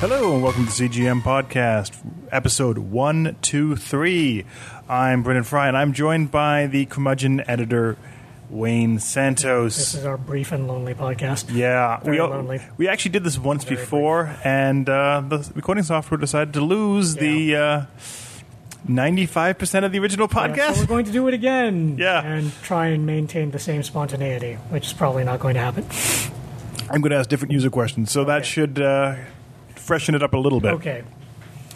Hello and welcome to CGM Podcast, episode 123. I'm Brendan Fry and I'm joined by the curmudgeon editor, Wayne This Santos. is our brief and lonely podcast. Yeah, Very we, al- lonely. we actually did this once Very before, and uh, the recording software decided to lose the uh, 95% of the original Yeah, so we're podcast. going to do it again. Yeah. And try and maintain the same spontaneity, which is probably not going to happen. I'm going to ask different user questions, so that Okay. should uh, freshen it up a little bit. Okay.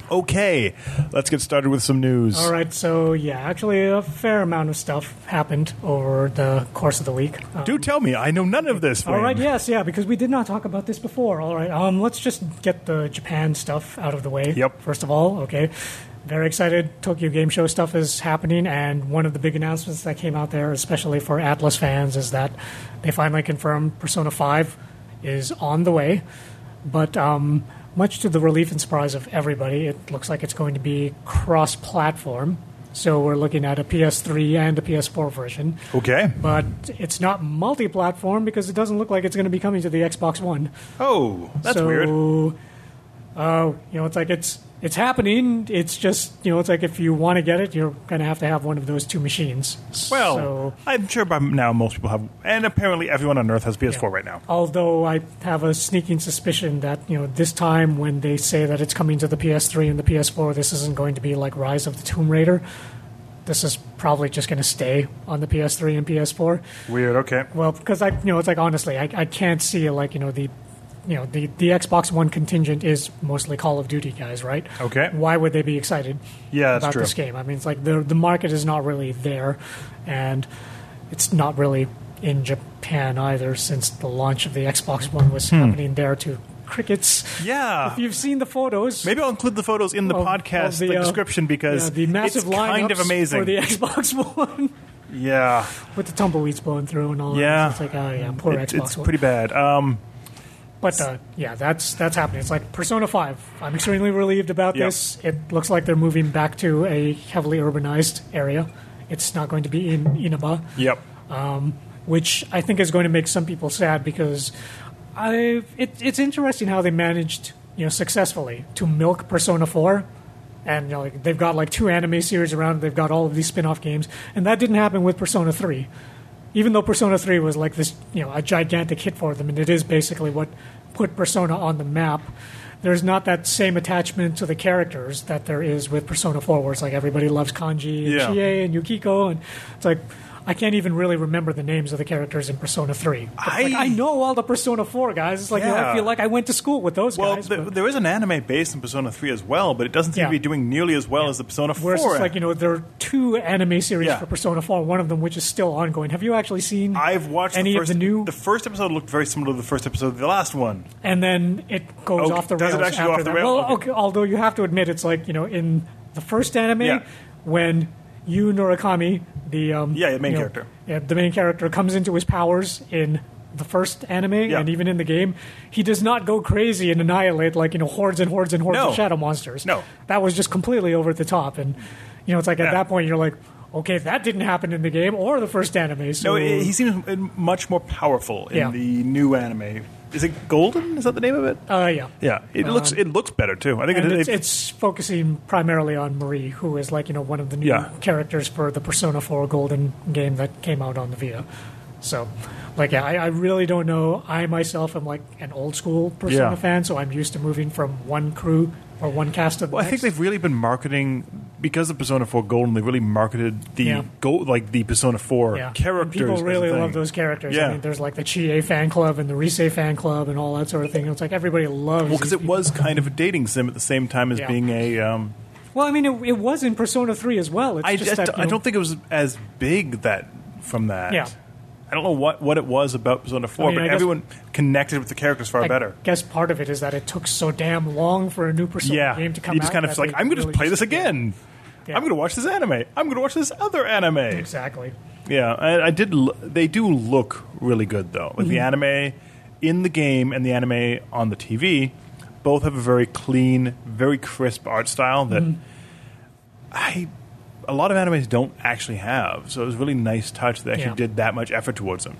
Okay, let's get started with some news. All right. So, yeah, actually, a fair amount of stuff happened over the course of the week. Uh, Do tell me, I know none of this. all Wayne. right. Yes. Yeah. Because we did not talk about this before. All right. Um, let's just get the Japan stuff out of the way. Yep. First of all. Okay. Very excited. Tokyo Game Show stuff is happening, and one of the big announcements that came out there, especially for Atlas fans, is that they finally confirmed Persona Five is on the way. But um, much to the relief and surprise of everybody, it looks like it's going to be cross-platform. So we're looking at a PS3 and a PS4 version Okay. but it's not multi-platform because it doesn't look like it's going to be coming to the Xbox One. Oh, that's so, weird. Uh, you know, it's like it's it's happening. It's just you know, it's like if you want to get it, you're going to have to have one of those two machines. Well, so, I'm sure by now most people have, and apparently everyone on Earth has PS4 right now. although I have a sneaking suspicion that you know this time when they say that it's coming to the PS3 and the PS4, this isn't going to be like Rise of the Tomb Raider. This is probably just going to stay on the PS3 and PS4. Weird. Okay. Well, because I, you know, it's like honestly, I, I can't see like you know the, you know the the Xbox One contingent is mostly Call of Duty guys, right? Okay. Why would they be excited? Yeah, that's about true. this game. I mean, it's like the the market is not really there, and it's not really in Japan either, since the launch of the Xbox One Hmm. was happening there to crickets. Yeah. If you've seen the photos. Maybe I'll include the photos in the of- of podcast the, like, uh, description because yeah, the massive it's kind of lineups amazing. for the Xbox One yeah, with the tumbleweeds blowing through and all Yeah. that. It's like, oh yeah, poor It- Xbox it's One. pretty bad. Um, But uh, yeah, that's that's happening. It's like Persona Five. I'm extremely relieved about Yep. this. It looks like they're moving back to a heavily urbanized area. It's not going to be in Inaba, yep. which I think is going to make some people sad because I it, it's interesting how they managed you know successfully to milk Persona Four. And you know, like, they've got like two anime series around. They've got all of these spin-off games, and that didn't happen with Persona Three. Even though Persona Three was like this, you know, a gigantic hit for them, and it is basically what put Persona on the map. There's not that same attachment to the characters that there is with Persona Four, where it's like everybody loves Kanji and Yeah. Chie and Yukiko, and it's like I can't even really remember the names of the characters in Persona Three. But it's like, I- I know all the Persona Four guys. It's like you know, Yeah. I feel like I went to school with those Well, guys. th- but- there is an anime based in Persona 3 as well, but it doesn't seem Yeah. to be doing nearly as well as the Persona 4. Whereas it's like you know there are two anime series Yeah. for Persona Four, one of them which is still ongoing. Have you actually seen? I've watched any the first, of the new, The first episode looked very similar to the first episode of the last one. and then it goes Okay, off the does rails. it actually go after off the that. rail? Well, Okay. okay. Although you have to admit, it's like you know in the first anime Yeah. when Yu Murakami, the um, Yeah, the main you know, character. yeah, the main character comes into his powers in the first anime Yeah. and even in the game, he does not go crazy and annihilate like you know hordes and hordes and hordes No. of shadow monsters. No. that was just completely over the top, and you know it's like Yeah. at that point you're like. Okay, that didn't happen in the game or the first anime. So No, it, he seems uh, much more powerful in Yeah. the new anime. Is it Golden? Is that the name of it? uh, yeah, Um, Yeah, it looks it looks better too. I think And it, it's, it- it's focusing primarily on Marie, who is like you know one of the new Yeah. characters for the Persona 4 Golden game that came out on the Vita. So, like, yeah, I, I really don't know. I myself am like an old school Persona Yeah. fan, so I'm used to moving from one crew or one cast to the Well, I next. think they've really been marketing because of Persona Four Golden. They really marketed the Yeah. gold like the Persona Four And characters. as people a really thing. love those characters. Yeah. I mean, there's like the Chie fan club and the Risei fan club and all that sort of thing. It's like everybody loves. Well, because these it was kind of a dating sim at the same time as Yeah. being a. Um, people. Well, I mean, it, it was in Persona 3 as well. It's I just, just, that, you I know, don't think it was as big that from that. Yeah. I don't know what, what it was about Persona Four, mean, I but guess- everyone connected with the characters far I better. guess part of it is that it took so damn long for a new Persona yeah, game to come you just out kind of that like they I'm going to really play just- this again. Yeah. I'm going to watch this anime. I'm going to watch this other anime. Exactly. Yeah, I, I did. L- they do look really good though. Like the Mm-hmm. anime in the game and the anime on the TV, both have a very clean, very crisp art style that Mm-hmm. I a lot of animes don't actually have. So it was a really nice touch that they actually Yeah. did that much effort towards them.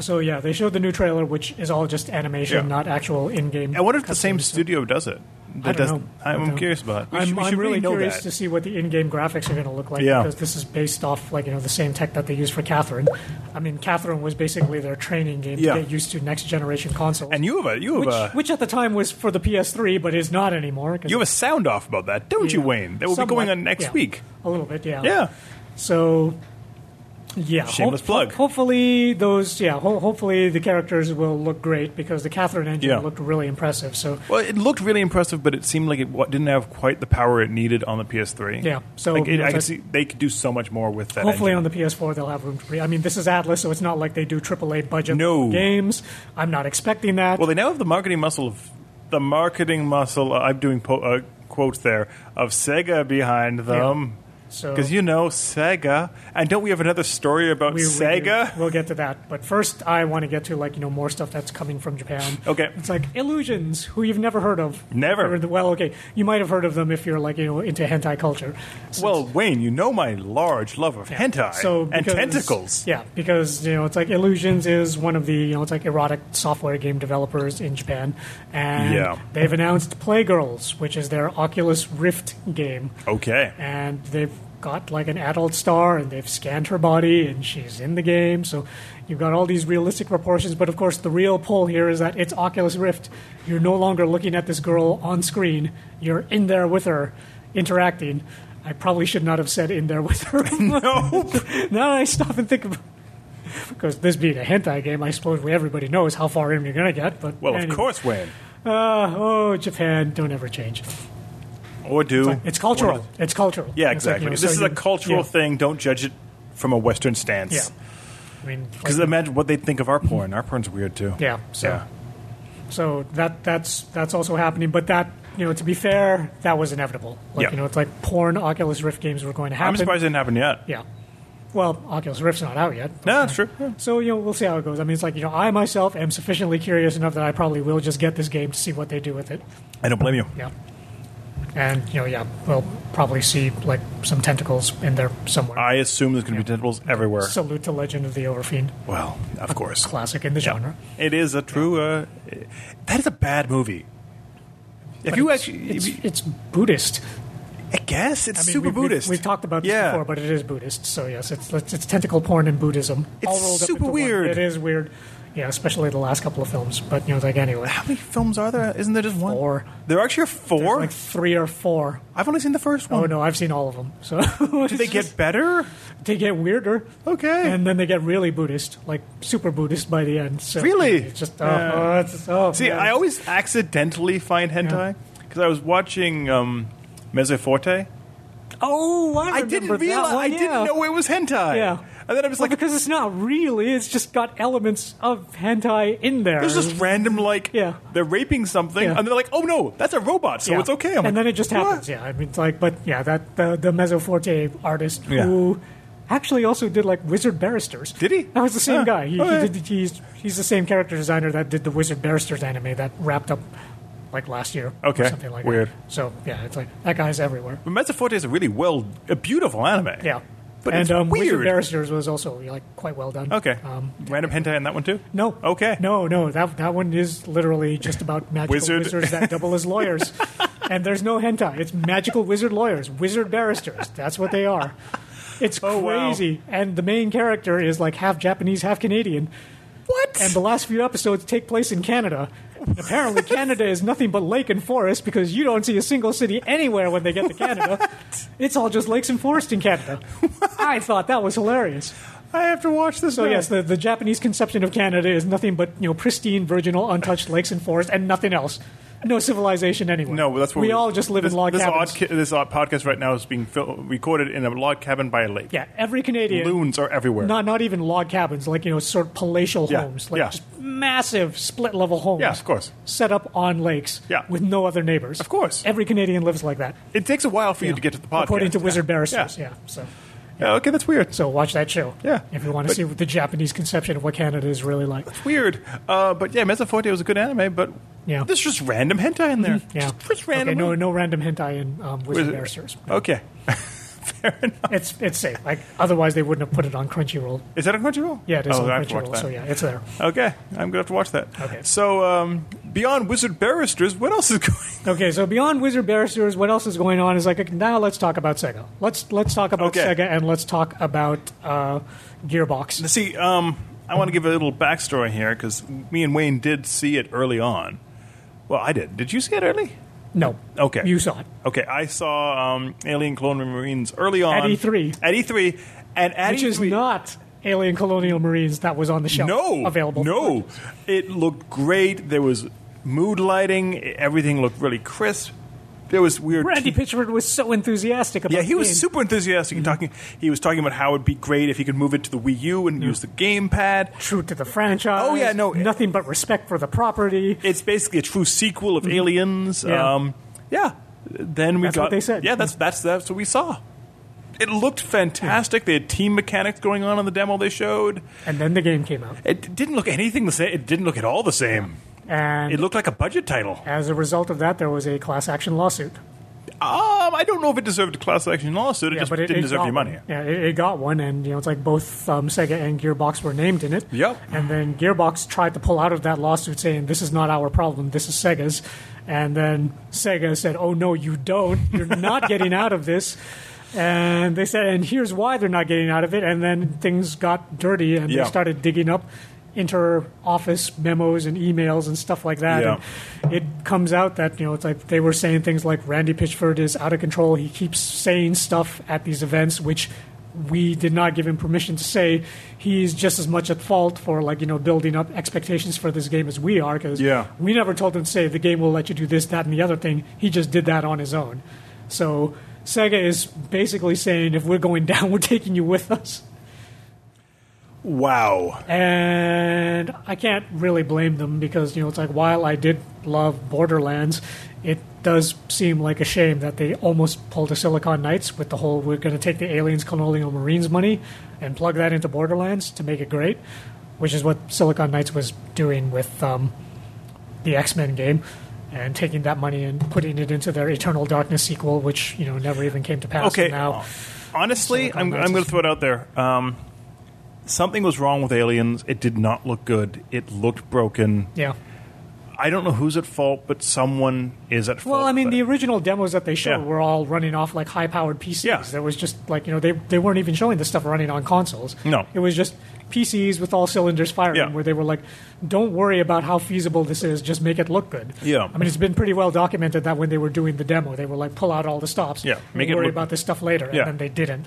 So yeah, they showed the new trailer, which is all just animation, Yeah. not actual in-game. I wonder if the same cutscenes. studio does it. That I don't doesn't- know. I I'm don't know. curious about. it. We I'm, should, we I'm should really, really, know curious that. to see what the in-game graphics are going to look like Yeah. because this is based off like you know the same tech that they use for Catherine. I mean, Catherine was basically their training game Yeah. to get used to next generation consoles. and you have a you have which, a which at the time was for the PS3, but is not anymore. 'cause- you have a sound off about that, don't you, Yeah. Wayne? That will be Somewhat, going on next yeah. week. a little bit, yeah. Yeah, So, yeah. Shameless plug. hopefully, those yeah. Ho- hopefully, the characters will look great because the Catherine engine Yeah. looked really impressive. So Well, it looked really impressive, but it seemed like it wa- didn't have quite the power it needed on the PS3. Yeah, so- like it, I so- can see they could do so much more with that. Hopefully engine. on the PS4 they'll have room to. Pre- I mean, this is Atlas, so it's not like they do AAA budget No. games. I'm not expecting that. well, they now have the marketing muscle of the marketing muscle. Uh, I'm doing po- uh, quotes there of Sega behind them. so Because you know Sega, and don't we have another story about we- we- Sega? we'll get to that, but first I want to get to like you know more stuff that's coming from Japan. Okay. it's like Illusions, who you've never heard of. Never. Or the- Well, okay, you might have heard of them if you're like you know into hentai culture. So Well, Wayne, you know my large love of hentai so and because- tentacles. Yeah, because you know it's like Illusions is one of the you know it's like erotic software game developers in Japan, and Yeah. they've announced Playgirls, which is their Oculus Rift game, Okay, and they've got like an adult star and they've scanned her body and she's in the game. So you've got all these realistic proportions, but of course the real pull here is that it's Oculus Rift. You're no longer looking at this girl on screen. You're in there with her, interacting. I probably should not have said in there with her. no, now that I stop and think about because this being a hentai game, I suppose we everybody knows how far in you're gonna get. But well, of anyway. course, Wayne, Uh, oh, Japan, don't ever change. or do It's cultural. It's cultural. Yeah, It's like, exactly. you know, this so is you- a cultural yeah, thing. Don't judge it from a Western stance. Yeah, I mean, Because like, imagine what they'd think of our porn. Our porn's weird too. yeah. So Yeah. so that that's that's also happening. But that you know, to be fair, that was inevitable. Like Yeah. you know, it's like porn Oculus Rift games were going to happen. I'm surprised it didn't happen yet. Yeah. Well, Oculus Rift's not out yet. No, that's true. So you know, we'll see how it goes. I mean, it's like you know, I myself am sufficiently curious enough that I probably will just get this game to see what they do with it. I don't blame you. Yeah. And you know, yeah, we'll probably see like some tentacles in there somewhere. I assume there's going to be tentacles everywhere. Salute to Legend of the Overfiend, well, of course. classic in the genre. It is a true. Uh, that is a bad movie. If you actually, It's, if you- it's Buddhist. I guess it's I mean, super we've- we've- Buddhist. We've, talked about this Yeah. before, but it is Buddhist. So yes, it's it's, it's tentacle porn and Buddhism. It's all rolled up super into one. weird. It is weird. Yeah, especially the last couple of films. But you know, like anyway, How many films are there? Isn't there just one? Four. There actually are four. like three or four. I've only seen the first Oh one. no, I've seen all of them. So Did they get better? they get weirder, Okay. and then they get really Buddhist, like super Buddhist by the end. So, Really? it's just oh, Yeah. oh, it's- oh, See, man. I always accidentally find hentai because I was watching um, Mezzo Forte. oh I, I didn't remember that realize. one, I yeah. didn't know it was hentai. Yeah. and then I was Well, like, because it's not really. It's just got elements of hentai in there. there's just random like, Yeah. they're raping something, Yeah. and they're like, oh no, that's a robot, so Yeah. it's okay. I'm and like, then it just what? happens. Yeah, I mean, it's like, but yeah, that the the Mezzo Forte artist Yeah. who actually also did like Wizard Barristers. Did he? That was the same Huh. guy. He, Oh, he yeah. did, he's he's the same character designer that did the Wizard Barristers anime that wrapped up like last year. Okay. or something like Weird. That. So yeah, it's like that guy's everywhere. But Mezzo Forte is a really well, a beautiful anime. Yeah. But and it's um, Wizard weird. Barristers was also like quite well done. Okay. Um, Random hentai in that one too. no. Okay. No, no. That that one is literally just about magical Wizard. wizards that double as lawyers. and there's no hentai. It's magical wizard lawyers, wizard barristers. That's what they are. It's Oh, wow. crazy. And the main character is like half Japanese, half Canadian. What? And the last few episodes take place in Canada. And apparently, Canada is nothing but lake and forest because you don't see a single city anywhere when they get to Canada. It's all just lakes and forest in Canada. I thought that was hilarious. I have to watch this. So now. yes, the, the Japanese conception of Canada is nothing but you know pristine, virginal, untouched lakes and forests, and nothing else. No civilization anywhere. No, that's what we, all just live this, in log this cabins. Odd, ki- this odd podcast right now is being fil- recorded in a log cabin by a lake. yeah, every Canadian. Loons are everywhere. Not not even log cabins, like you know, sort of palatial Yeah, homes, like yeah. just massive split level homes. Yeah, of course. Set up on lakes. Yeah. with no other neighbors. Of course. every Canadian lives like that. it takes a while for you to get to the podcast. according to Wizard Barristers. Yeah. Yeah. so Yeah, okay, that's weird. so watch that show. Yeah. if you want to But- see the Japanese conception of what Canada is really like. Weird. Uh, but yeah, Mezzo Forte was a good anime, but Yeah. Mm-hmm. there's just random hentai in there. Yeah, Just, just okay, random. no no random hentai in um, Wizard Wizard- Barristers. Okay. fair enough. It's it's safe. Like otherwise, they wouldn't have put it on Crunchyroll. Is that on Crunchyroll? Yeah, it is oh, I on have to watch Crunchyroll. that. So yeah, it's there. Okay, I'm gonna have to watch that. Okay. So um, beyond Wizard Barristers, what else is going? Okay, so beyond Wizard Barristers, what else is going on? Is like okay, now let's talk about Sega. Let's let's talk about Okay. Sega and let's talk about uh, Gearbox. on? See, um, I want to give a little backstory here because me and Wayne did see it early on. Well, I did. Did you see it early? No, Okay. you saw it. Okay, I saw um, Alien Clone Marines early on At E3. At E3, and at E Which E3, is not Alien Colonial Marines that was on the shelf. no available. No, it looked great. There was mood lighting. Everything looked really crisp. There was weird. Randy Pitchford was so enthusiastic about. yeah, he the was game. super enthusiastic. Mm-hmm. and Talking, he was talking about how it'd be great if he could move it to the Wii U and use the gamepad. true to the franchise. Oh, yeah, no. nothing but respect for the property. It's basically a true sequel of Aliens. Mm-hmm. Yeah. Um, yeah. Then we That's got what they said. Yeah, that's that's that's what we saw. It looked fantastic. They had team mechanics going on in the demo they showed. And then the game came out, It didn't look anything the same. It didn't look at all the same. and It looked like a budget title. Um, as a result of that, there was a class action lawsuit. Um, I don't know if it deserved a class action lawsuit. It just didn't deserve got any money. one. Yeah, it, it got one, and you know, it's like both um, Sega and Gearbox were named in it. Yep. And then Gearbox tried to pull out of that lawsuit, saying, "This is not our problem. This is Sega's." And then Sega said, "Oh no, you don't. You're not getting out of this." And they said, "And here's why they're not getting out of it." And then things got dirty, and Yeah. they started digging up inter-office memos and emails and stuff like that. Yeah. And it comes out that you know it's like they were saying things like Randy Pitchford is out of control. He keeps saying stuff at these events which we did not give him permission to say. He's just as much at fault for like you know building up expectations for this game as we are because Yeah. we never told him to say the game will let you do this, that, and the other thing. He just did that on his own. So Sega is basically saying if we're going down, we're taking you with us. Wow. And I can't really blame them because, you know, it's like while I did love Borderlands, it does seem like a shame that they almost pulled a Silicon Knights with the whole we're going to take the aliens, colonial marines money and plug that into Borderlands to make it great, which is what Silicon Knights was doing with um, the X Men game and taking that money and putting it into their Eternal Darkness sequel, which, you know, never even came to pass. Okay. And Now, Honestly, Silicon I'm, Knights I'm going is- to throw it out there. Um, something was wrong with Aliens. It did not look good. It looked broken. yeah. I don't know who's at fault, but someone is at fault. Well, I mean, with the it. original demos that they showed Yeah. were all running off like high-powered PCs. Yeah. There was just like you know they they weren't even showing this stuff running on consoles. No. it was just PCs with all cylinders firing, Yeah. where they were like, "Don't worry about how feasible this is; just make it look good." Yeah. I mean, it's been pretty well documented that when they were doing the demo, they were like, "Pull out all the stops. Yeah, make make it we'll worry look- about this stuff later," Yeah. and then they didn't.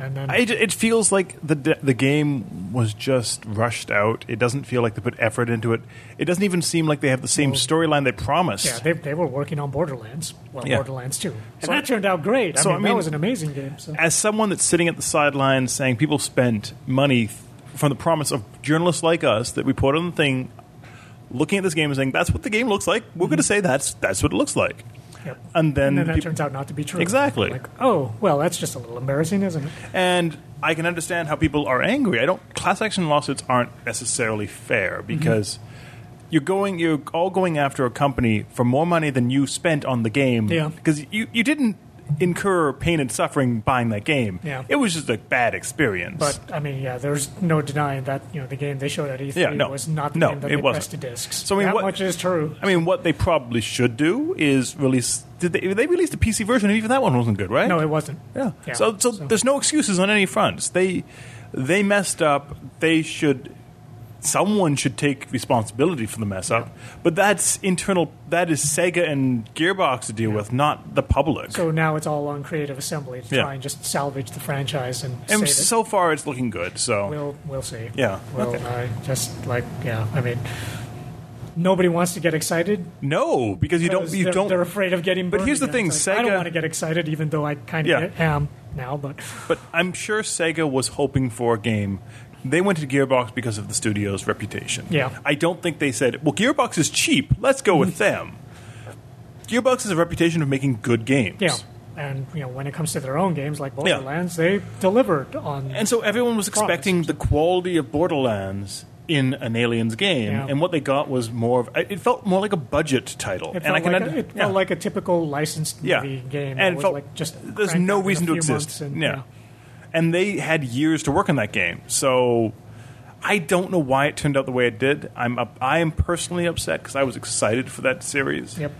And then I, it feels like the de- the game was just rushed out. It doesn't feel like they put effort into it. It doesn't even seem like they have the same storyline they promised. yeah, they, they were working on Borderlands, well, Yeah. Borderlands too, and that turned out great. I so, mean, I mean- that was an amazing game. So. As someone that's sitting at the sidelines saying people spent money th- from the promise of journalists like us that report on the thing, looking at this game and saying that's what the game looks like, we're going to say that's that's what it looks like, Mm-hmm. Yep. and then, and then that peop- turns out not to be true. Exactly. Like, oh, well, that's just a little embarrassing, isn't it? And I can understand how people are angry. I don't. Class action lawsuits aren't necessarily fair Mm-hmm. because you're going, you're all going after a company for more money than you spent on the game. Yeah. Because you you didn't incur pain and suffering buying that game. Yeah. It was just a bad experience. But I mean, yeah, there's no denying that you know the game they showed at E3 Yeah, no. was not the No, game that it they wasn't. pressed to discs. So, I mean, that what- much is true. I mean, what they probably should do is release. Did they, they released a PC version? and Even that one wasn't good, right? No, it wasn't. Yeah. So, so there's no excuses on any fronts. They they messed up. They should someone should take responsibility for the mess up. But that's internal that is Sega and Gearbox to deal with, not the public. So now it's all on Creative Assembly to Yeah. try and just salvage the franchise and, and save it. so far it's looking good. So We'll we'll see. Yeah. Well, I just like yeah. I mean, nobody wants to get excited. no, because you don't because you they're, don't They're afraid of getting. But burned here's the again. It's thing, like, I don't Sega- want to get excited, even though I kind Yeah. of am now. But but I'm sure Sega was hoping for a game. They went to Gearbox because of the studio's reputation. Yeah. I don't think they said, "Well, Gearbox is cheap. Let's go with Mm-hmm. them." Gearbox has a reputation of making good games. Yeah, and you know when it comes to their own games like Yeah. Borderlands, they delivered on. And so everyone was expecting the quality of Borderlands, in an aliens game, Yeah. and what they got was more of it felt more like a budget title, It and felt, I can like, under- a, it felt yeah. like a typical licensed yeah. movie game. that And it was, felt like just there's cranked no out in a reason to few exist. months and, yeah. and they had years to work on that game, so I don't know why it turned out the way it did. I'm up, I am personally upset because I was excited for that series, yeah. Yep.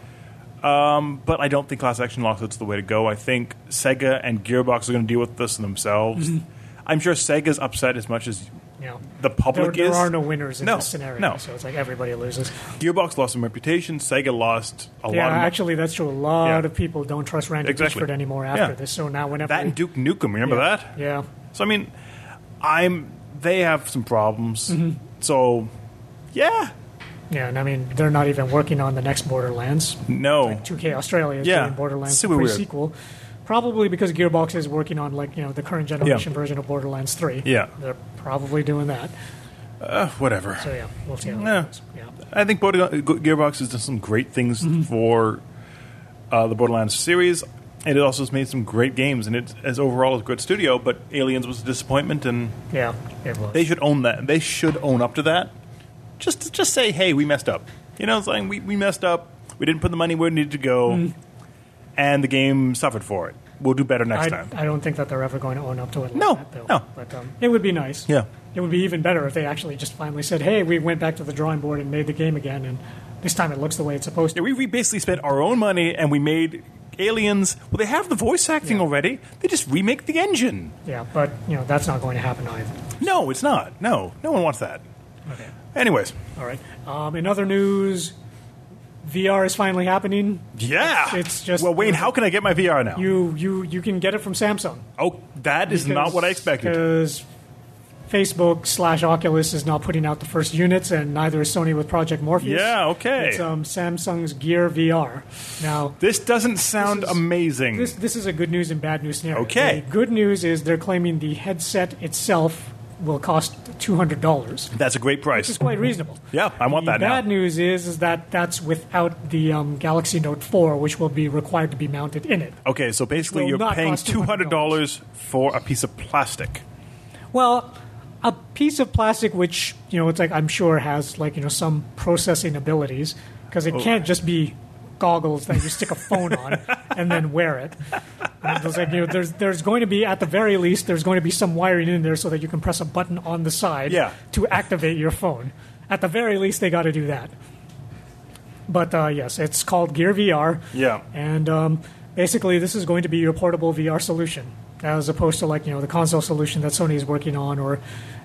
but I don't think class action lawsuits are the way to go. I think Sega and Gearbox are going to deal with this themselves. Mm-hmm. I'm sure Sega's upset as much as Yeah. the There, public is. there are no winners in No, this scenario, no. so it's like everybody loses. Gearbox lost some reputation. Sega lost a yeah, lot. Of actually, that's true. A lot Yeah. of people don't trust Randy Exactly. Pitchford anymore after Yeah. this. So now, whenever that and Duke Nukem. Remember yeah, that? Yeah. So I mean, I'm. They have some problems. Mm-hmm. So, yeah, Yeah, and I mean, they're not even working on the next Borderlands. no, 2K Australia is Yeah, doing Borderlands super weird. pre-sequel. Probably because Gearbox is working on like you know the current generation version of Borderlands Three. Yeah. they're probably doing that. uh, whatever. So yeah, we'll see. How Yeah. that goes. yeah. I think Border- Gearbox has done some great things Mm-hmm. for uh, the Borderlands series, and it also has made some great games. And it's as overall a good studio, but Aliens was a disappointment, and Yeah, it was. they should own that. They should own up to that. Just just say, hey, we messed up. You know, it's like we, we messed up. We didn't put the money where it needed to go, Mm. and the game suffered for it. We'll do better next I, time. I don't think that they're ever going to own up to it. Like No, that, though. no. But um, it would be nice. Yeah. it would be even better if they actually just finally said, "Hey, we went back to the drawing board and made the game again, and this time it looks the way it's supposed Yeah, to." we, we basically spent our own money and we made aliens. Well, they have the voice acting already. They just remake the engine. Yeah, but you know that's not going to happen either. No, it's not. No, no one wants that. Okay. Anyways, All right. Um, in other news, VR is finally happening. yeah. It's- it's just- well, Wayne. How can I get my VR now? You you you can get it from Samsung. oh, that is not what I expected. Because Facebook slash Oculus is not putting out the first units, and neither is Sony with Project Morpheus. Yeah, okay. It's um, Samsung's Gear VR. Now, This doesn't sound is- amazing. this this is a good news and bad news scenario. Okay. The good news is they're claiming the headset itself will cost two hundred dollars. That's a great Which price. is quite reasonable. Yeah, I want the that now. bad news is, is that that's without the um, Galaxy Note 4, which will be required to be mounted in it. Okay, so basically, Will you're not paying cost two hundred dollars for a piece of plastic. Well, a piece of plastic, which you know, it's like I'm sure has like you know some processing abilities because Oh. it can't just be goggles that you stick a phone on and then wear it. And it's like, you know, there's there's going to be at the very least there's going to be some wiring in there so that you can press a button on the side Yeah. to activate your phone. At the very least, they got to do that. But uh, yes, it's called Gear VR. Yeah. And um, basically, this is going to be your portable VR solution, as opposed to like you know the console solution that Sony is working on, or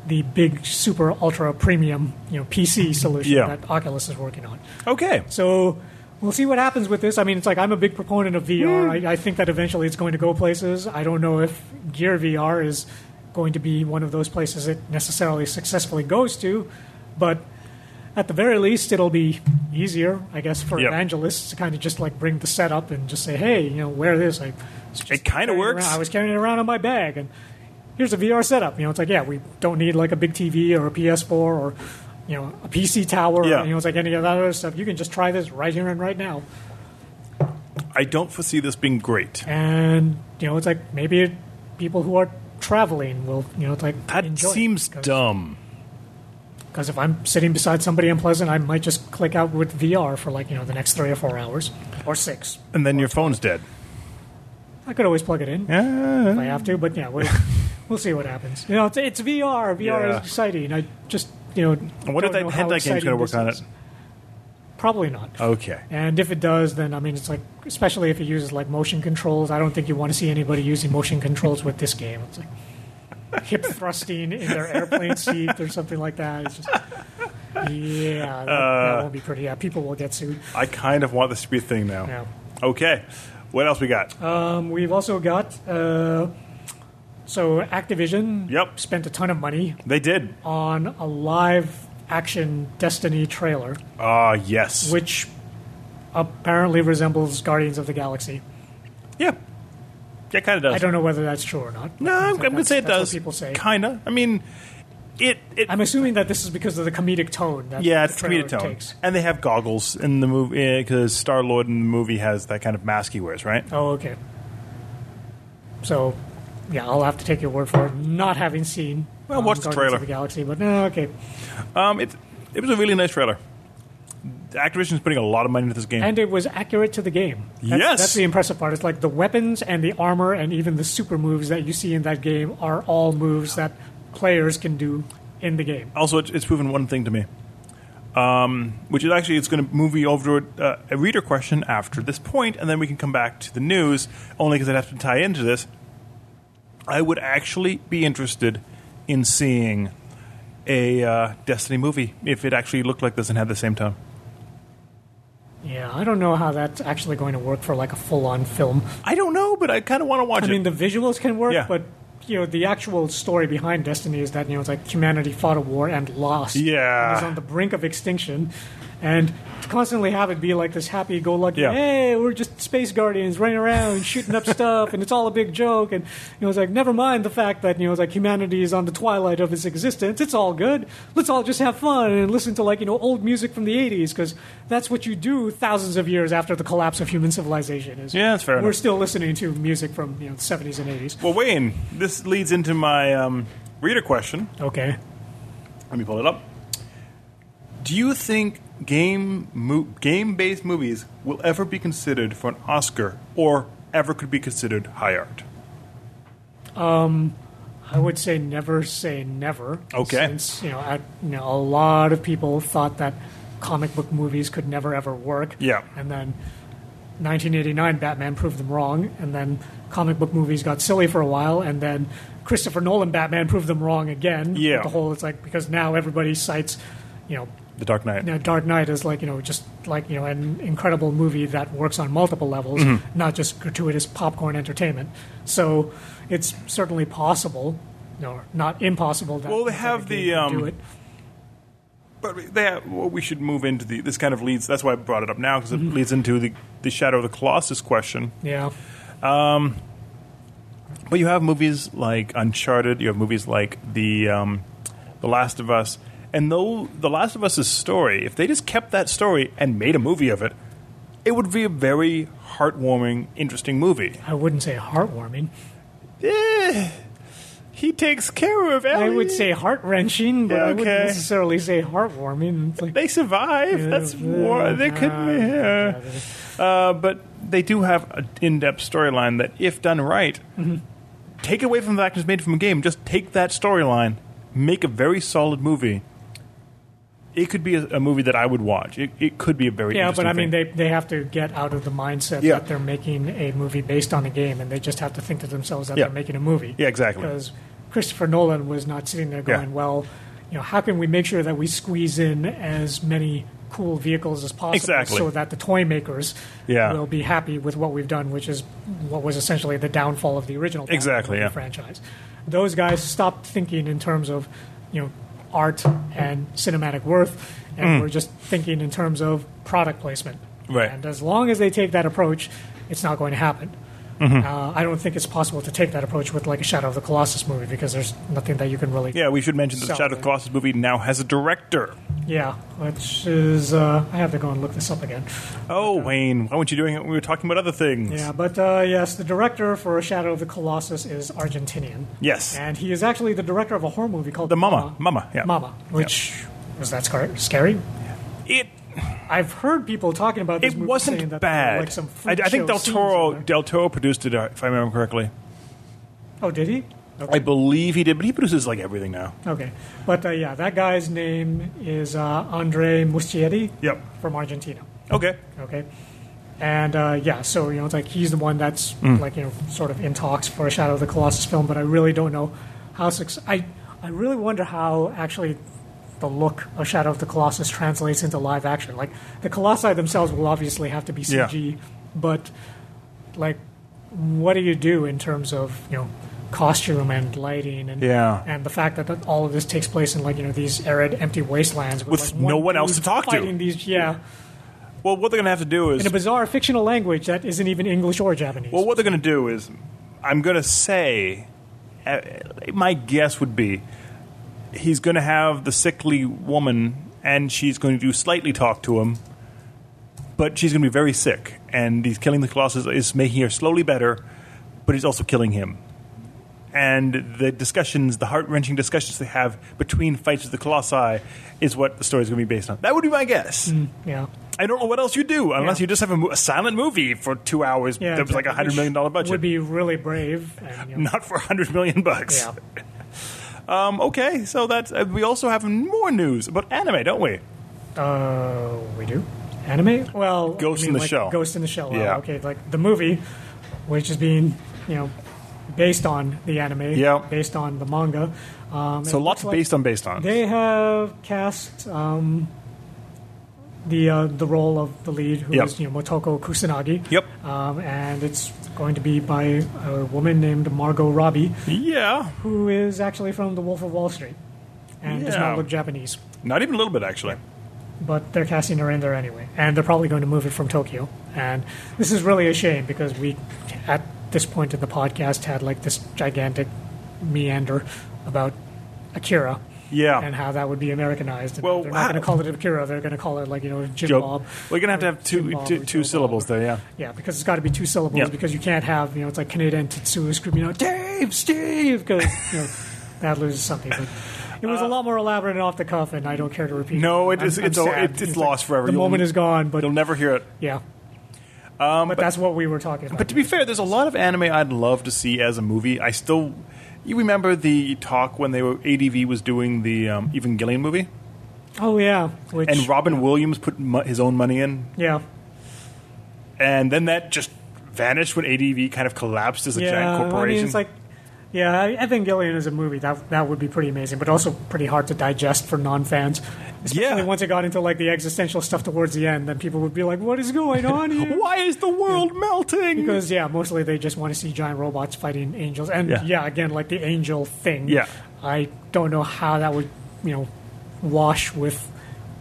the big super ultra premium you know PC solution Yeah. that Oculus is working on. Okay, So we'll see what happens with this. I mean, it's like I'm a big proponent of Hmm. VR. I, I think that eventually it's going to go places. I don't know if Gear VR is going to be one of those places it necessarily successfully goes to, but at the very least, it'll be easier, I guess, for Yep. evangelists to kind of just like bring the setup and just say, "Hey, you know, wear this." I was just It kinda carrying works. around- I was carrying it around on my bag, and here's a VR setup. You know, it's like, yeah, we don't need like a big TV or a PS4 or you know a PC tower. Yeah. You know, it's like any of that other stuff. You can just try this right here and right now, I don't foresee this being great. and you know, it's like maybe it, people who are traveling will, you know, it's like That enjoy it, seems dumb. Because if I'm sitting beside somebody unpleasant, I might just click out with VR for like you know the next three or four hours or six. And then your phone's Eh. dead. I could always plug it in if I have to, but yeah, we'll, we'll see what happens. You know, it's, it's VR. VR Yeah. is exciting. I just you know, And what if don't that know how hentai game's exciting going to work this on is. it? Probably not. Okay. And if it does, then I mean, it's like, especially if it uses like motion controls, I don't think you want to see anybody using motion controls with this game. It's like hip thrusting in their airplane seat or something like that. It's just, yeah, that, that won't be pretty. Yeah, people will get sued. I kind of want this to be a thing now. Yeah. Okay. What else we got? Um, we've also got, uh, so Activision Yep. spent a ton of money they did. on a live action Destiny trailer, Ah, yes. which apparently resembles Guardians of the Galaxy. yeah. Yeah, kind of does. I don't know whether that's true or not. no, I'm, I'm going to That's- say it that's what does. people say. Kind of. I mean, it. it I'm assuming that this is because of the comedic tone. That yeah, the it's comedic trailer tone. Takes. And they have goggles in the movie because Star Lord in the movie has that kind of mask he wears, right? Oh, okay. So, yeah, I'll have to take your word for it. Not having seen um, Well, watch the Guardians trailer. of the Galaxy, but no, okay. Um, it it was a really nice trailer. Activision's putting a lot of money into this game. And it was accurate to the game. That's, Yes! that's the impressive part. It's like the weapons and the armor and even the super moves that you see in that game are all moves that players can do in the game. also, it's, it's proven one thing to me, um, which is actually it's going to move you over to a, a reader question after this point, and then we can come back to the news. Only because it has to tie into this. I would actually be interested in seeing a uh, Destiny movie if it actually looked like this and had the same tone. Yeah, I don't know how that's actually going to work for like a full-on film. I don't know, but I kind of want to watch I it. mean, the visuals can work, Yeah. but you know, the actual story behind Destiny is that you know, it's like humanity fought a war and lost. Yeah. and is on the brink of extinction, and to constantly have it be like this happy-go-lucky. Yeah. Hey, we're just space guardians running around shooting up stuff, and it's all a big joke. And you know, it's like never mind the fact that you know, it's like humanity is on the twilight of its existence. It's all good. Let's all just have fun and listen to like you know old music from the '80s because that's what you do thousands of years after the collapse of human civilization. Is Yeah, that's fair We're enough. still listening to music from you know the 70s and 80s. well, Wayne, this leads into my um, reader question. Okay. Let me pull it up. Do you think game mo- game based movies will ever be considered for an Oscar, or ever could be considered high art? I would say never say never. Okay. Since, you know, I, you know, a lot of people thought that comic book movies could never ever work. Yeah. And then 1989 Batman proved them wrong, and then comic book movies got silly for a while, and then Christopher Nolan Batman proved them wrong again. Yeah. The whole it's like because now everybody cites, you know, The Dark Knight. you know, Dark Knight is like you know just like you know an incredible movie that works on multiple levels, Mm-hmm. not just gratuitous popcorn entertainment. So it's certainly possible, no, not impossible. That Well, they that have game the, could um, do it. But they have, well, we should move into the. This kind of leads. That's why I brought it up now because it Mm-hmm. leads into the the Shadow of the Colossus question. yeah, But you have movies like Uncharted. You have movies like the um, the Last of Us. And though the Last of Us's story, if they just kept that story and made a movie of it, it would be a very heartwarming, interesting movie. I wouldn't say heartwarming. Eh, he takes care of Ellie. I would say heart wrenching, but I wouldn't Oh, Okay. necessarily say heartwarming. It's like uh, they survive. That's war. They could be. Yeah. Uh, but they do have an in-depth storyline that, if done right, Mm-hmm. take away from the fact it's made from a game. Just take that storyline, make a very solid movie. It could be a, a movie that I would watch. It, it could be a very Yeah, interesting but I mean, thing. they, they have to get out of the mindset Yeah. that they're making a movie based on a game, and they just have to think to themselves that Yeah. they're making a movie. Yeah, exactly. Because Christopher Nolan was not sitting there Yeah. going, well, you know, how can we make sure that we squeeze in as many cool vehicles as possible Exactly. so that the toy makers Yeah. will be happy with what we've done, which is what was essentially the downfall of the original Batman Exactly, movie yeah. franchise. Those guys stopped thinking in terms of, you know, art and cinematic worth, and were just thinking in terms of product placement. Hmm. Right. And as long as they take that approach, it's not going to happen. Mm-hmm. Uh, I don't think it's possible to take that approach with like a Shadow of the Colossus movie because there's nothing that you can really. yeah, we should mention that the Shadow of the Solid. Colossus movie now has a director. Yeah, which is uh, I have to go and look this up again. Oh, Wayne, why weren't you doing it when we were talking about other things? Yeah, but uh, yes, the director for Shadow of the Colossus is Argentinian. Yes. And he is actually the director of a horror movie called The Mama. Mama, yeah. Mama, which was that scar- scary? It I've heard people talking about this it movie saying wasn't that bad. There were, like some I, freak I think show Del scenes Toro in there. Del Toro produced it, uh, if I remember correctly. Oh, did he? I believe he did, but he produces like everything now. Okay, but uh, yeah, that guy's name is uh, Andre Muschietti. Yep. From Argentina. Okay. Okay. And uh, yeah, so you know, it's like he's the one that's Hmm. like you know, sort of in talks for a Shadow of the Colossus film, but I really don't know how success. I I really wonder how actually the look of Shadow of the Colossus translates into live action. Like the Colossi themselves will obviously have to be Yeah. CG, but like, what do you do in terms of you know costume and lighting and Yeah. and the fact that, that all of this takes place in like you know these arid, empty wastelands with, With like, no one else dude to talk to. fighting These, yeah Well, what they're going to have to do in a is bizarre fictional language that isn't even English or Japanese. well, what they're going to do is I'm going to say uh, my guess would be he's going to have the sickly woman and she's going to slightly talk to him, but she's going to be very sick and he's killing the colossus is making her slowly better, but he's also killing him. and the discussions, the heart wrenching discussions they have between fights with the Colossi, is what the story is going to be based on. That would be my guess. Mm-hmm. Yeah. I don't know what else you do unless Yeah. you just have a, mo- a silent movie for two hours Yeah, that was like a exactly, hundred which million dollar budget. Would be really brave. And, you know, not for a hundred million bucks. yeah. Um, okay, so that's uh, we also have more news about anime, don't we? Uh, we do anime. Well, Ghost in I mean, the like Shell. Ghost in the Shell. Yeah. Yeah. Okay, like the movie, which is being you know based on the anime. Yeah. Based on the manga. Um, So it lots looks like based on based on. They have cast um, the uh, the role of the lead, who Yep. is you know Motoko Kusanagi. Yep. Um, and it's going to be by a woman named Margot Robbie, yeah, who is actually from The Wolf of Wall Street, and does Yeah. not look Japanese. not even a little bit actually. but they're casting her in there anyway, and they're probably going to move it from Tokyo. And this is really a shame because we, at this point in the podcast, had like this gigantic meander about Akira. Yeah. and how that would be Americanized. And Well, they're not going how- to call it Akira. They're going to call it like you know Jim Joe, Bob. We're gonna have to or have two Jim Bob two- or two Joe Bob syllables or- there. Yeah. Yeah, because it's got to be two syllables Yeah. because you can't have you know it's like Canadian Tetsuo screaming out Dave, Steve because you know that loses something. But it was a lot more elaborate and off the cuff, and I don't care to repeat. Uh, No, it. it is- it's all- sad. it- it's lost forever. The You'll- moment is gone, but You'll never hear it. yeah. but, that's what we were talking about. But to be fair, there's a lot of anime I'd love to see as a movie. I still, you remember the talk when they were ADV was doing the um, Evangelion movie, oh yeah, which and Robin Williams put mo- his own money in, yeah, and then that just vanished when ADV kind of collapsed as a yeah. giant corporation. I mean, it's like yeah, Evangelion is a movie that that would be pretty amazing, but also pretty hard to digest for non-fans. Especially Yeah. once it got into like the existential stuff towards the end, then people would be like, "What is going on here?" Why is the world melting? Because yeah, mostly they just want to see giant robots fighting angels, and Yeah. yeah. again, like the angel thing. Yeah. I don't know how that would you know wash with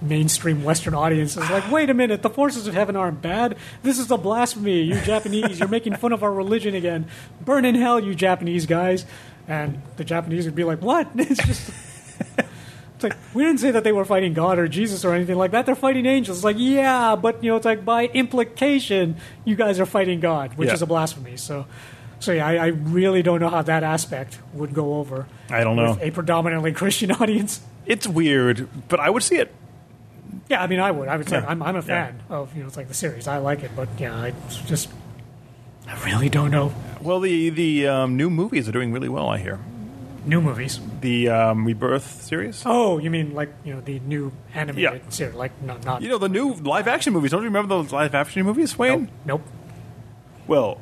mainstream Western audiences. Like, wait a minute, the forces of heaven aren't bad. This is a blasphemy. You Japanese, you're making fun of our religion again. Burn in hell, you Japanese guys. And the Japanese would be like, what? It's just. It's like we didn't say that they were fighting God or Jesus or anything like that. They're fighting angels. It's like yeah, but you know, it's like by implication, you guys are fighting God, which Yeah. is a blasphemy. So, so yeah, I, I really don't know how that aspect would go over. I don't know. with a predominantly Christian audience. It's weird, but I would see it. Yeah, I mean, I would. I would say Yeah. I'm, I'm a fan of you know, it's like the series. I like it, but yeah, I it's just I really don't know Well, the the um, new movies are doing really well. I hear new movies. the um, Rebirth series. Oh, you mean like you know the new animated Yeah. series? Like not not You know the new live action movies. Don't you remember the live action movies, Wayne? nope. Well,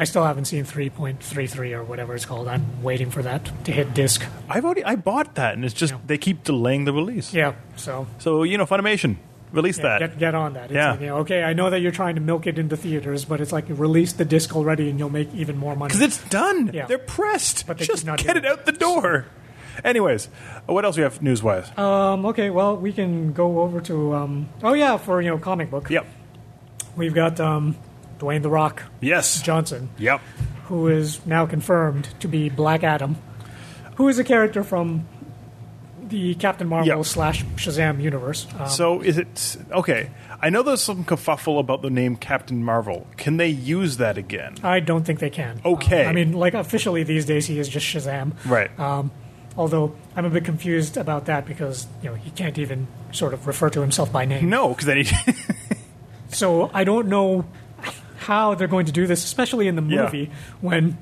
I still haven't seen 3.33 or whatever it's called. I'm waiting for that to hit disc. I've already I bought that, and it's just No. they keep delaying the release. Yeah, so So you know, Funimation release that. yeah, get get on that. It's Yeah. like, you know, okay, I know that you're trying to milk it into theaters, but it's like you release the disc already and you'll make even more money. because it's done. Yeah. They're pressed. But they Just keep not get it doing out the door. Anyways, uh, what else we have news wise? um, okay, well, we can go over to um, oh yeah, for you know comic book. yep. We've got um, Dwayne the Rock Yes. Johnson, Yep. who is now confirmed to be Black Adam, who is a character from the Captain Marvel Yeah. slash Shazam universe. Um, So is it okay? I know there's some kerfuffle about the name Captain Marvel. Can they use that again? I don't think they can. Okay. Uh, I mean, like officially these days, he is just Shazam. Right. Um, although I'm a bit confused about that because you know he can't even sort of refer to himself by name. no, because then he. So I don't know how they're going to do this, especially in the Yeah. movie when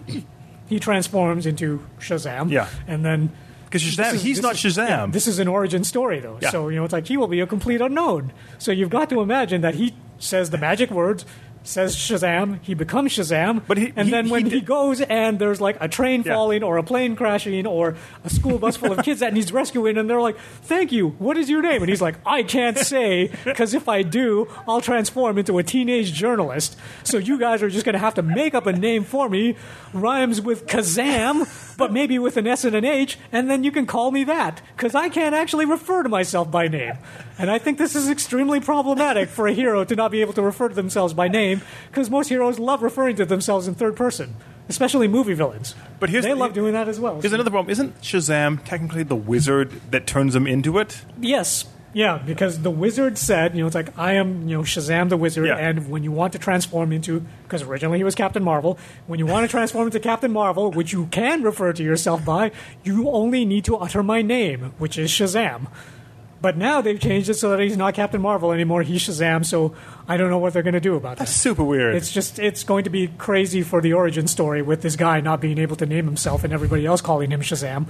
he transforms into Shazam. Yeah. And then. 'Because Shazam- This he's this not Shazam. yeah, this is an origin story, though. Yeah. So, you know, it's like he will be a complete unknown. So you've got to imagine that he says the magic words, says Shazam, he becomes Shazam. But he- and he- then when he he, did- goes and there's like a train Yeah. falling or a plane crashing or a school bus full of kids that needs rescuing and they're like thank you what is your name and he's like i can't say because if i do i'll transform into a teenage journalist so you guys are just going to have to make up a name for me rhymes with kazam but maybe with an s and an h and then you can call me that because i can't actually refer to myself by name and i think this is extremely problematic for a hero to not be able to refer to themselves by name because most heroes love referring to themselves in third person especially movie villains But here's they the- love doing that as well. Here's another problem. Isn't Shazam technically the wizard that turns him into it? yes, Yeah, because the wizard said, you know, it's like I am, you know, Shazam the wizard, Yeah. and when you want to transform into, because originally he was Captain Marvel, when you want to transform into Captain Marvel, which you can refer to yourself by, you only need to utter my name, which is Shazam. But now they've changed it so that he's not Captain Marvel anymore; he's Shazam. So I don't know what they're going to do about that. Super weird. It's just it's going to be crazy for the origin story with this guy not being able to name himself and everybody else calling him Shazam.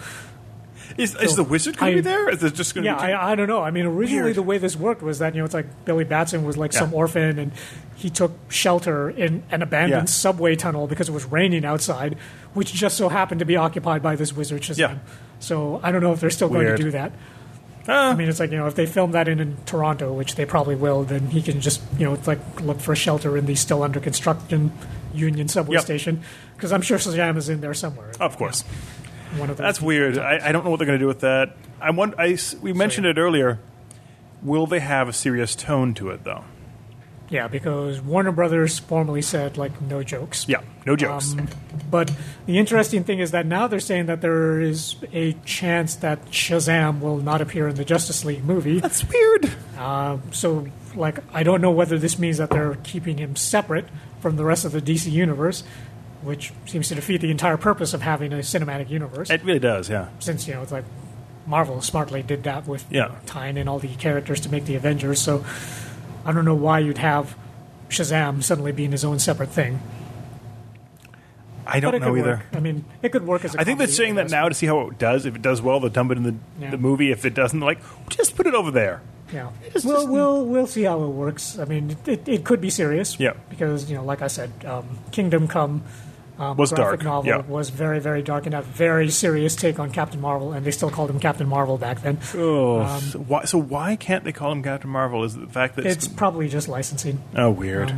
is, is the wizard going to I- be there? Is it just going to Yeah, be? I, I don't know. I mean, originally Weird. the way this worked was that you know it's like Billy Batson was like some Yeah. orphan and he took shelter in an abandoned Yeah. subway tunnel because it was raining outside, which just so happened to be occupied by this wizard Shazam. Yeah. So I don't know if they're still going Weird. to do that. Ah. I mean, it's like you know if they film that in, in Toronto, which they probably will, then he can just you know it's like look for shelter in the still under construction Union subway Yep. station because I'm sure Shazam is in there somewhere. of course. One of those That's weird. I, I don't know what they're going to do with that. I want. I s we mentioned it earlier. Will they have a serious tone to it, though? Yeah, because Warner Brothers formally said like no jokes. Yeah, no jokes. Um, but the interesting thing is that now they're saying that there is a chance that Shazam will not appear in the Justice League movie. That's weird. Uh, so, like, I don't know whether this means that they're keeping him separate from the rest of the DC universe, which seems to defeat the entire purpose of having a cinematic universe. It really does. Yeah. since you know, it's like Marvel smartly did that with Yeah. tying in all the characters to make the Avengers. So, I don't know why you'd have Shazam suddenly being his own separate thing. I But don't it could know either. Work. I mean, it could work as a I think they're comedy saying that as- now to see how it does. If it does well, they'll dump it in the, Yeah. the movie. If it doesn't, like just put it over there. Yeah, we'll we'll we'll see how it works. I mean, it, it, it could be serious. Yeah. because you know, like I said, um, Kingdom Come um, Was graphic dark, Novel yeah. was very very dark and a very serious take on Captain Marvel, and they still called him Captain Marvel back then. Oh, um, so, why, so why can't they call him Captain Marvel? Is it the fact that It's it's, probably just licensing. oh weird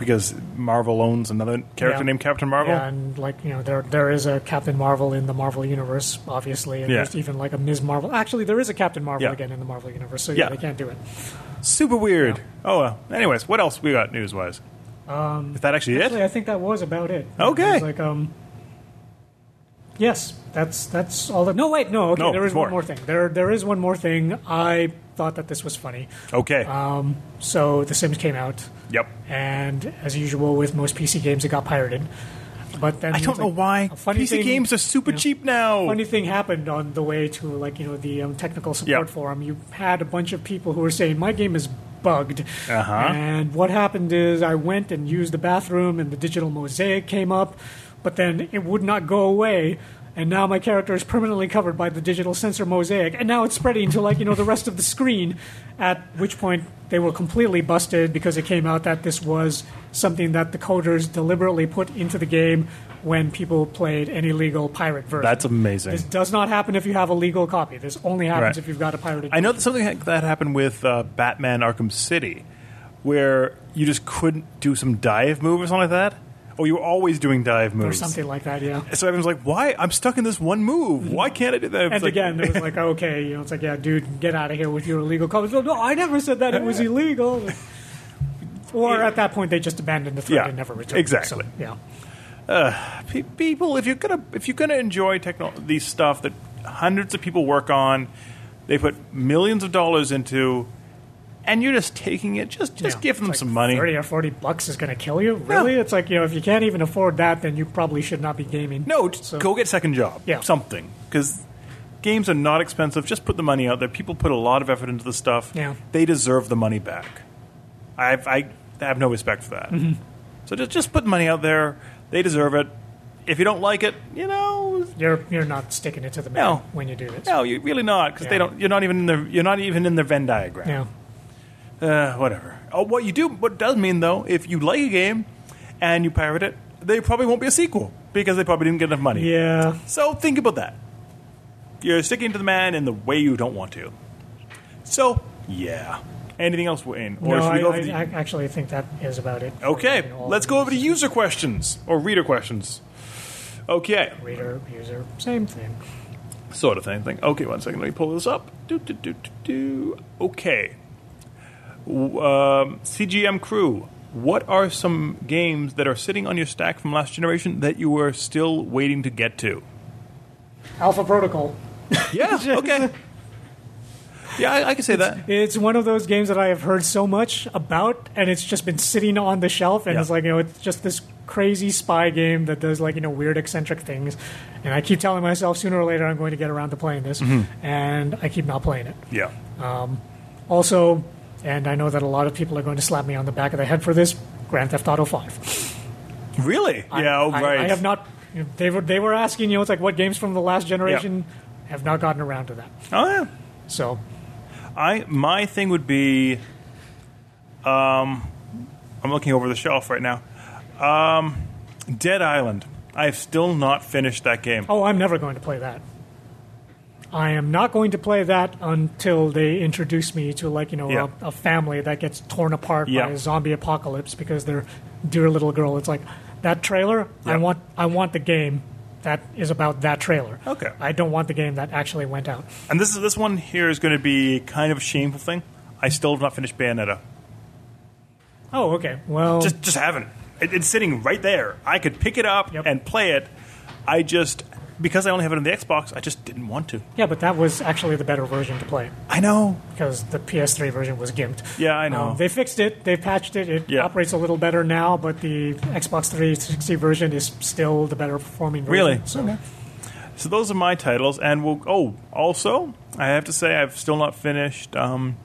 because Marvel owns another character Yeah. named Captain Marvel. Yeah, and like you know, there there is a Captain Marvel in the Marvel universe, obviously, and Yeah. there's even like a Ms. Marvel. Actually, there is a Captain Marvel Yeah. again in the Marvel universe, so yeah, Yeah. they can't do it. Super weird. Oh well. Anyways, what else we got news wise? Um, Is that actually it? Actually, I think that was about it. Okay. It was like um. Yes, that's that's all. That, no, wait, no. Okay, No, there is more. one more thing. There there is one more thing. I thought that this was funny. Okay. um, So The Sims came out, yep. and as usual with most PC games, it got pirated. But then I don't it's know like, why a funny PC thing- games are super yeah. cheap now. funny thing happened on the way to like you know the um, technical support Oh. Yeah. forum. You had a bunch of people who were saying my game is bugged, Uh-huh. and what happened is I went and used the bathroom, and the digital mosaic came up, but then it would not go away. And now my character is permanently covered by the digital sensor mosaic, and now it's spreading to like you know the rest of the screen. At which point they were completely busted because it came out that this was something that the coders deliberately put into the game when people played an illegal pirate version. That's amazing. This does not happen if you have a legal copy. This only Right. happens if you've got a pirated. I know that something like that happened with uh, Batman Arkham City, where you just couldn't do some dive move or something like that. Or you were always doing dive or moves. something like that. Yeah. So everyone's like, "Why? I'm stuck in this one move. Why can't I do that?" It's And like- again, it was like, okay, you know, it's like, yeah, dude, get out of here with your illegal copy. No, no, I never said that it was illegal. Or at that point, they just abandoned the threat Yeah, and never returned. it. exactly. So, yeah. pe- people, if you're gonna if you're gonna enjoy techno- these stuff that hundreds of people work on, they put millions of dollars into, and you're just taking it. Just just Yeah. give them It's like some money. Thirty or forty bucks is going to kill you. Really? It's like you know, if you can't even afford that, then you probably should not be gaming. No, just So- go get a second job. Yeah. Something. Because games are not expensive. Just put the money out there. People put a lot of effort into this stuff. Yeah. They deserve the money back. I've, I have no respect for that. Mm-hmm. So just, just put the money out there. They deserve it. If you don't like it, you know, You're you're not sticking it to the man No. when you do this. no, you're really not because they Yeah. don't. You're not even in their. You're not even in their Venn diagram. Yeah. Uh, whatever. Oh, what you do, what does mean though, if you like a game and you pirate it, they probably won't be a sequel because they probably didn't get enough money. Yeah. So think about that. You're sticking to the man in the way you don't want to. So yeah. Anything else, Wayne? Or no, should we I, go over I, the- I actually think that is about it. for, you okay, know, all let's the go over to user questions or reader questions. Okay, reader user same thing. sort of thing. thing. Okay, one second. Let me pull this up. Do, do, do, do, do. Okay. W- Um, CGM crew. What are some games that are sitting on your stack from last generation that you are still waiting to get to? Alpha Protocol. Yeah. Okay. Yeah, I, I can say that. It's one of those games that I have heard so much about, and it's just been sitting on the shelf. And Yeah. it's like you know, it's just this crazy spy game that does like you know weird eccentric things. And I keep telling myself sooner or later I'm going to get around to playing this, Mm-hmm. and I keep not playing it. Yeah. Also, and I know that a lot of people are going to slap me on the back of the head for this. Grand Theft Auto Five. Really? I- yeah, oh, I, right. I, have not. you know, They were they were asking you know it's like what games from the last generation have not gotten around to that. Oh, yeah. So I my thing would be, um, I'm looking over the shelf right now. Um, Dead Island. I have still not finished that game. Oh, I'm never going to play that. I am not going to play that until they introduce me to like you know Yeah. a, a family that gets torn apart Yeah. by a zombie apocalypse because their dear little girl. It's like that trailer. Yeah. I want I want the game that is about that trailer. Okay. I don't want the game that actually went out. And this is this one here is going to be kind of a shameful thing. I still have not finished Bayonetta. Oh, okay. Well, Just just haven't. It, it's sitting right there. I could pick it up Yep. and play it. I just because I only have it on the Xbox. I just didn't want to. yeah, but that was actually the better version to play I know. because the PS3 version was gimped. Yeah, I know. Um, they fixed it. They patched it. It Yeah. operates a little better now, but the Xbox 360 version is still the better performing version. Really? So, So those are my titles, and we'll. Oh, also, I have to say I've still not finished. Um,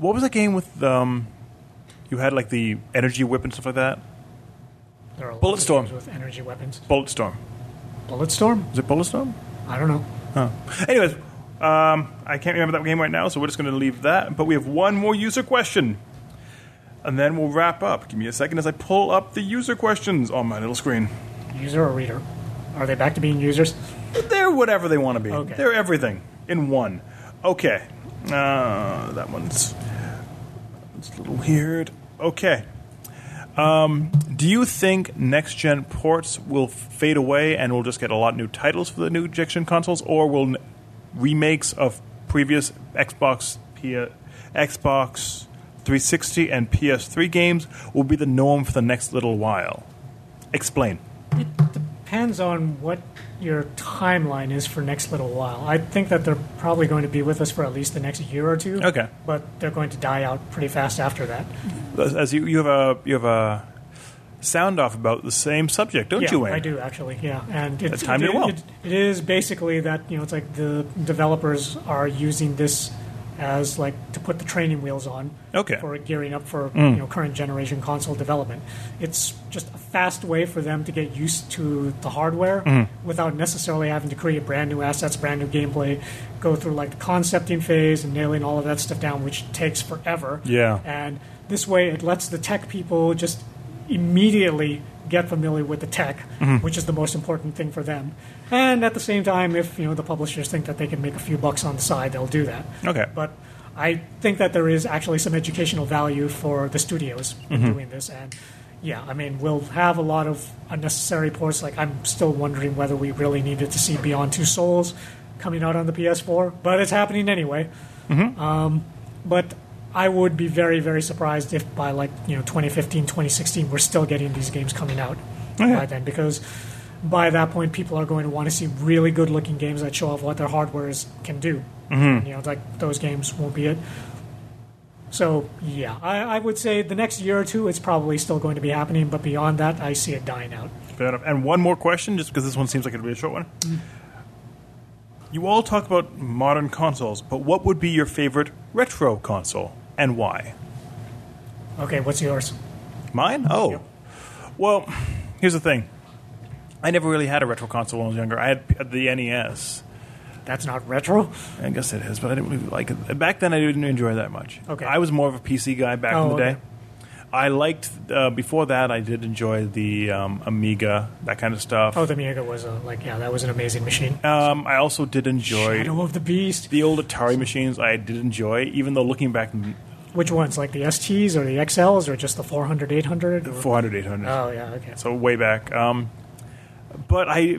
what was that game with? Um, you had like the energy whip and stuff like that. there are lots Bullet of Storm. games with energy weapons. Bulletstorm. Bulletstorm? Is it Bulletstorm? I don't know. Huh. Anyways, um, I can't remember that game right now, so we're just going to leave that. But we have one more user question, and then we'll wrap up. Give me a second as I pull up the user questions on my little screen. User or reader? Are they back to being users? They're whatever they want to be. Okay. They're everything in one. Okay. Uh, that one's it's a little weird. Okay. Um, do you think next gen ports will fade away and we'll just get a lot of new titles for the new gen consoles, or will n- remakes of previous Xbox, P- Xbox 360 and PS3 games will be the norm for the next little while? Explain. Depends on what your timeline is for next little while. I think that they're probably going to be with us for at least the next year or two. Okay. But they're going to die out pretty fast after that. as as you, you have a you have a sound off about the same subject, don't yeah, you, Wayne? I do actually. Yeah, and it's, That timed it well. it is basically that you know it's like the developers are using this as like to put the training wheels on. Okay. Hmm. For gearing up for you know current generation console development, it's just a fast way for them to get used to the hardware Hmm. without necessarily having to create brand new assets, brand new gameplay, go through like the concepting phase and nailing all of that stuff down, which takes forever. Yeah. And this way, it lets the tech people just immediately get familiar with the tech, which is the most important thing for them. And at the same time, if you know the publishers think that they can make a few bucks on the side, they'll do that. Okay. But I think that there is actually some educational value for the studios in doing this. And yeah, I mean, we'll have a lot of unnecessary ports. Like I'm still wondering whether we really needed to see Beyond Two Souls coming out on the PS4, but it's happening anyway but I would be very, very surprised if by like you know 2015, 2016, we're still getting these games coming out Okay. by then because by that point, people are going to want to see really good-looking games that show off what their hardware is, can do. And, you know, like those games won't be it. So yeah, I, I would say the next year or two, it's probably still going to be happening, but beyond that, I see it dying out. Fair enough. And one more question, just because this one seems like it'd be a short one. You all talk about modern consoles, but what would be your favorite retro console and why? Okay, what's yours? Mine? Oh. Yep. Well, here's the thing. I never really had a retro console when I was younger. I had the E NES. That's not retro. I guess it is, but I didn't really like it. Back then, I didn't enjoy it that much. Okay. I was more of a PC guy back in Oh, the okay. day. I liked uh, before that. I did enjoy the um, Amiga, that kind of stuff. Oh, the Miega was a, like yeah, that was an amazing machine. Um, I also did enjoy Shadow of the Beast. the old Atari machines. I did enjoy, even though looking back, Which ones? Like the STs or the XLs or just the 400, 800? Or- 400, 800. Oh, yeah, okay. so way back. Um, but I,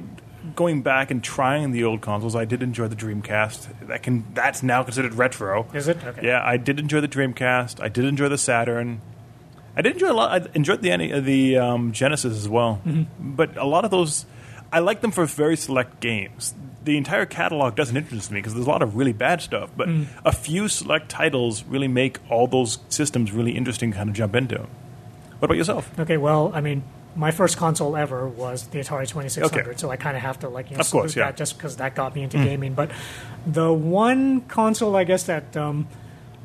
going back and trying the old consoles, I did enjoy the Dreamcast. That can that's now considered retro. Is it? Okay. Yeah, I did enjoy the Dreamcast. I did enjoy the Saturn. I did enjoy a lot. I enjoyed the NE- uh, the Mm-hmm. um, Genesis as well. But a lot of those, I like them for very select games. the entire catalog doesn't interest me because there's a lot of really bad stuff, but a few select titles really make all those systems really interesting to kind of jump into. What about yourself? Okay, well, I mean, my first console ever was the Atari 2600, Okay. so I kind of have to like you know, Of course, salute yeah. Mm. that just because that got me into gaming. But the one console I guess that um,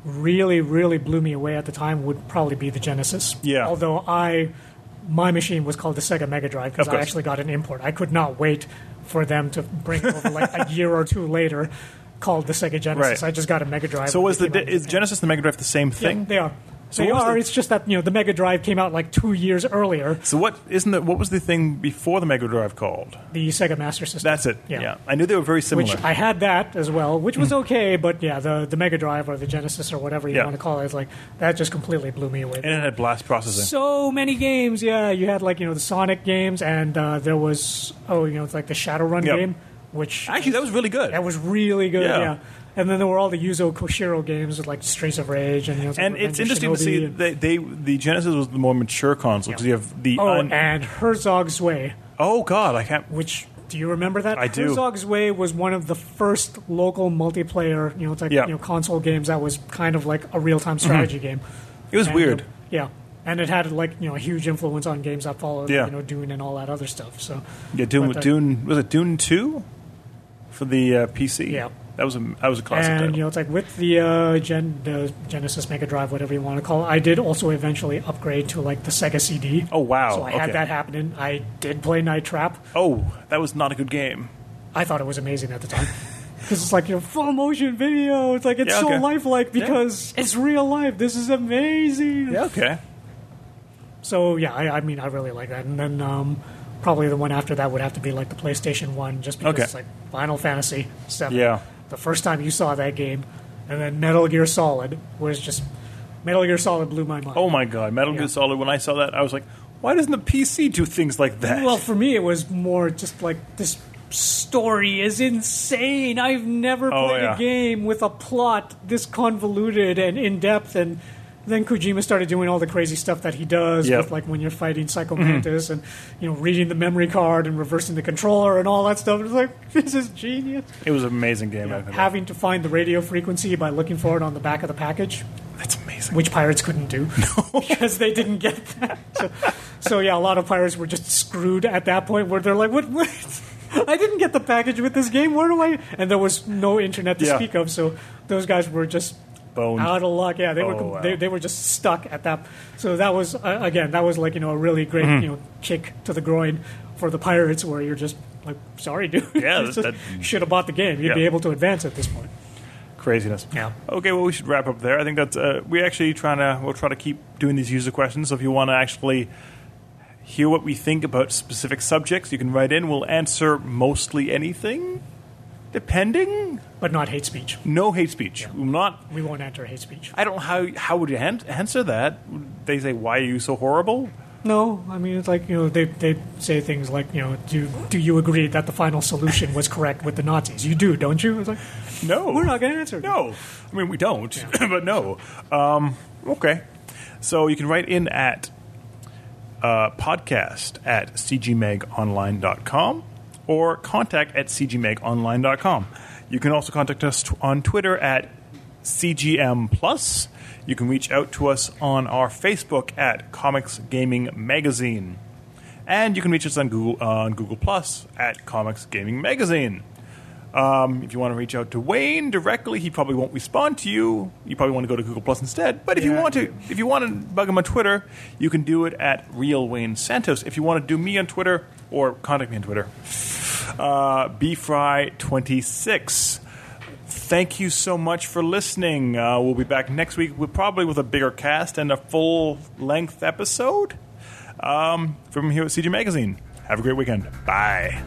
really, really blew me away at the time would probably be the Genesis. Yeah. Although I, my machine was called the Sega Mega Drive because Of I course. actually got an import. I could not wait for them to bring it over like a year or two later, called the Sega Genesis. Right. I just got a Mega Drive. So when was they the came out in is Japan. Genesis and the Mega Drive the same thing? Yeah, they are. So they what was are. the- It's just that you know the Mega Drive came out like two years earlier. so what isn't that? What was the thing before the Mega Drive called? The Sega Master System. That's it. Yeah. Yeah, I knew they were very similar. Hmm. Which I had that as well, which was okay, but yeah, the the Mega Drive or the Genesis or whatever you Yeah. want to call it, it's like that just completely blew me away. and it had blast processing. so many games, yeah. You had like you know the Sonic games, and uh, there was oh you know it's like the Shadowrun Yep. game, which Actually, that was really good. that was really good, yeah. Yeah. And then there were all the Yuzo Koshiro games with like Streets of Rage and you know, and Revenge it's of interesting to see Shinobi and- that they the Genesis was the more mature console because you have the oh un- and Herzog's Way. oh god I can't which do you remember that? I do. Herzog's Way was one of the first local multiplayer, you know, type, Yeah. Mm-hmm. you know, console games that was kind of like a real-time strategy game. it was And, weird uh, yeah, and it had like you know a huge influence on games that followed, Yeah. you know, Dune and all that other stuff. So yeah Dune but, uh, Dune was it Dune two for the uh, PC Yeah. that was a that was a classic and title. you know, it's like with the uh, Gen the Genesis Mega Drive, whatever you want to call it. I did also eventually upgrade to like the Sega CD. oh wow So I had okay. that happening. I did play Night Trap. oh that was not a good game I thought it was amazing at the time. Because it's like you know, full motion video. It's like it's Yeah, okay. so lifelike because it's real life. This is amazing. yeah okay So yeah, I, I mean, I really like that. And then um, probably the one after that would have to be like the PlayStation One, just because Okay. it's like Final Fantasy Seven. Yeah. The first time you saw that game, and then Metal Gear Solid was just Metal Gear Solid blew my mind. oh my god Metal Yeah. Gear Solid when I saw that I was like why doesn't the PC do things like that Well, for me, it was more just like this story is insane. I've never Oh, played a yeah. game with a plot this convoluted and in depth. And then Kojima started doing all the crazy stuff that he does, Yep. Mm-hmm. with like when you're fighting Psycho Mantis and you know reading the memory card and reversing the controller and all that stuff. It's like this is genius. it was an amazing game I think Having to find the radio frequency by looking for it on the back of the package that's amazing which pirates couldn't do because they didn't get that. So, so yeah, a lot of pirates were just screwed at that point where they're like, "What? what? I didn't get the package with this game. Where do I?" And there was no internet to Yeah. speak of, so those guys were just Boned. out of luck. Yeah, they were Oh, com- wow. they, they were just stuck at that. So that was uh, again, that was like you know a really great Mm-hmm. you know kick to the groin for the pirates where you're just like, "Sorry, dude. Yeah, that- that- should have bought the game. You'd Yeah. be able to advance at this point." craziness. Yeah. Okay, well, we should wrap up there. I think that's uh, we actually trying to we'll try to keep doing these user questions. So if you want to actually hear what we think about specific subjects, you can write in. We'll answer mostly anything, depending. But not hate speech. No hate speech. We'll not. We won't enter hate speech. I don't know how how would you han- answer that. They say, "Why are you so horrible?" No, I mean it's like you know they they say things like you know do do you agree that the final solution was correct with the Nazis? You do, don't you? It's like No, we're not going to answer. No, I mean we don't, but no. Um, okay, so you can write in at uh, podcast at cgmegonline.com or contact at cgmegonline.com. You can also contact us t- on Twitter at cgm plus. You can reach out to us on our Facebook at Comics Gaming Magazine. And you can reach us on Google on Google Plus at Comics Gaming Magazine. Um, If you want to reach out to Wayne directly, he probably won't respond to you. You probably want to go to Google Plus instead. But if you Yeah. want to, if you want to bug him on Twitter, you can do it at Real Wayne Santos. If you want to do me on Twitter or contact me on Twitter, uh, bfry26. Thank you so much for listening. Uh, we'll be back next week, with, probably with a bigger cast and a full length episode um, from here at CG Magazine. Have a great weekend. Bye.